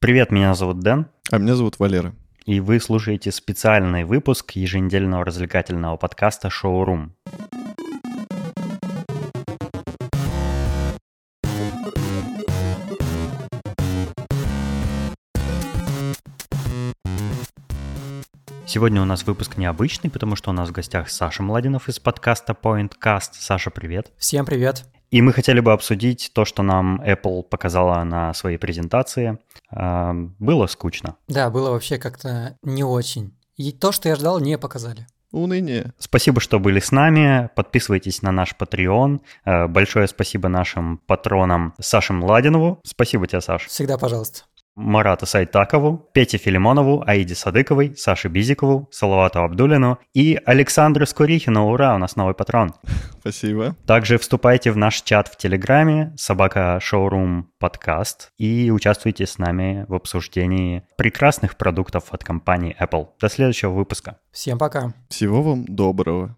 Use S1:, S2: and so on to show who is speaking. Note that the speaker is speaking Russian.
S1: Привет, меня зовут Дэн,
S2: А меня зовут Валера.
S1: и вы слушаете специальный выпуск еженедельного развлекательного подкаста «Шоурум». Сегодня у нас выпуск необычный, потому что у нас в гостях Саша Младинов из подкаста PointCast. Саша, привет.
S3: Всем привет.
S1: И мы хотели бы обсудить то, что нам Apple показала на своей презентации. А, Было скучно.
S3: Да, было вообще как-то не очень. И то, что я ждал, не показали.
S2: Уныние.
S1: Спасибо, что были с нами. Подписывайтесь на наш Patreon. Э, Большое спасибо нашим патронам Саше Младинову. Спасибо тебе, Саш.
S3: Всегда пожалуйста.
S1: Марату Сайтакову, Пете Филимонову, Аиде Садыковой, Саше Бизикову, Салавату Абдулину и Александру Скурихину. Ура, у нас новый патрон.
S2: Спасибо.
S1: Также вступайте в наш чат в Телеграме «Собака Шоурум Подкаст» и участвуйте с нами в обсуждении прекрасных продуктов от компании Apple. До следующего выпуска.
S3: Всем пока.
S2: Всего вам доброго.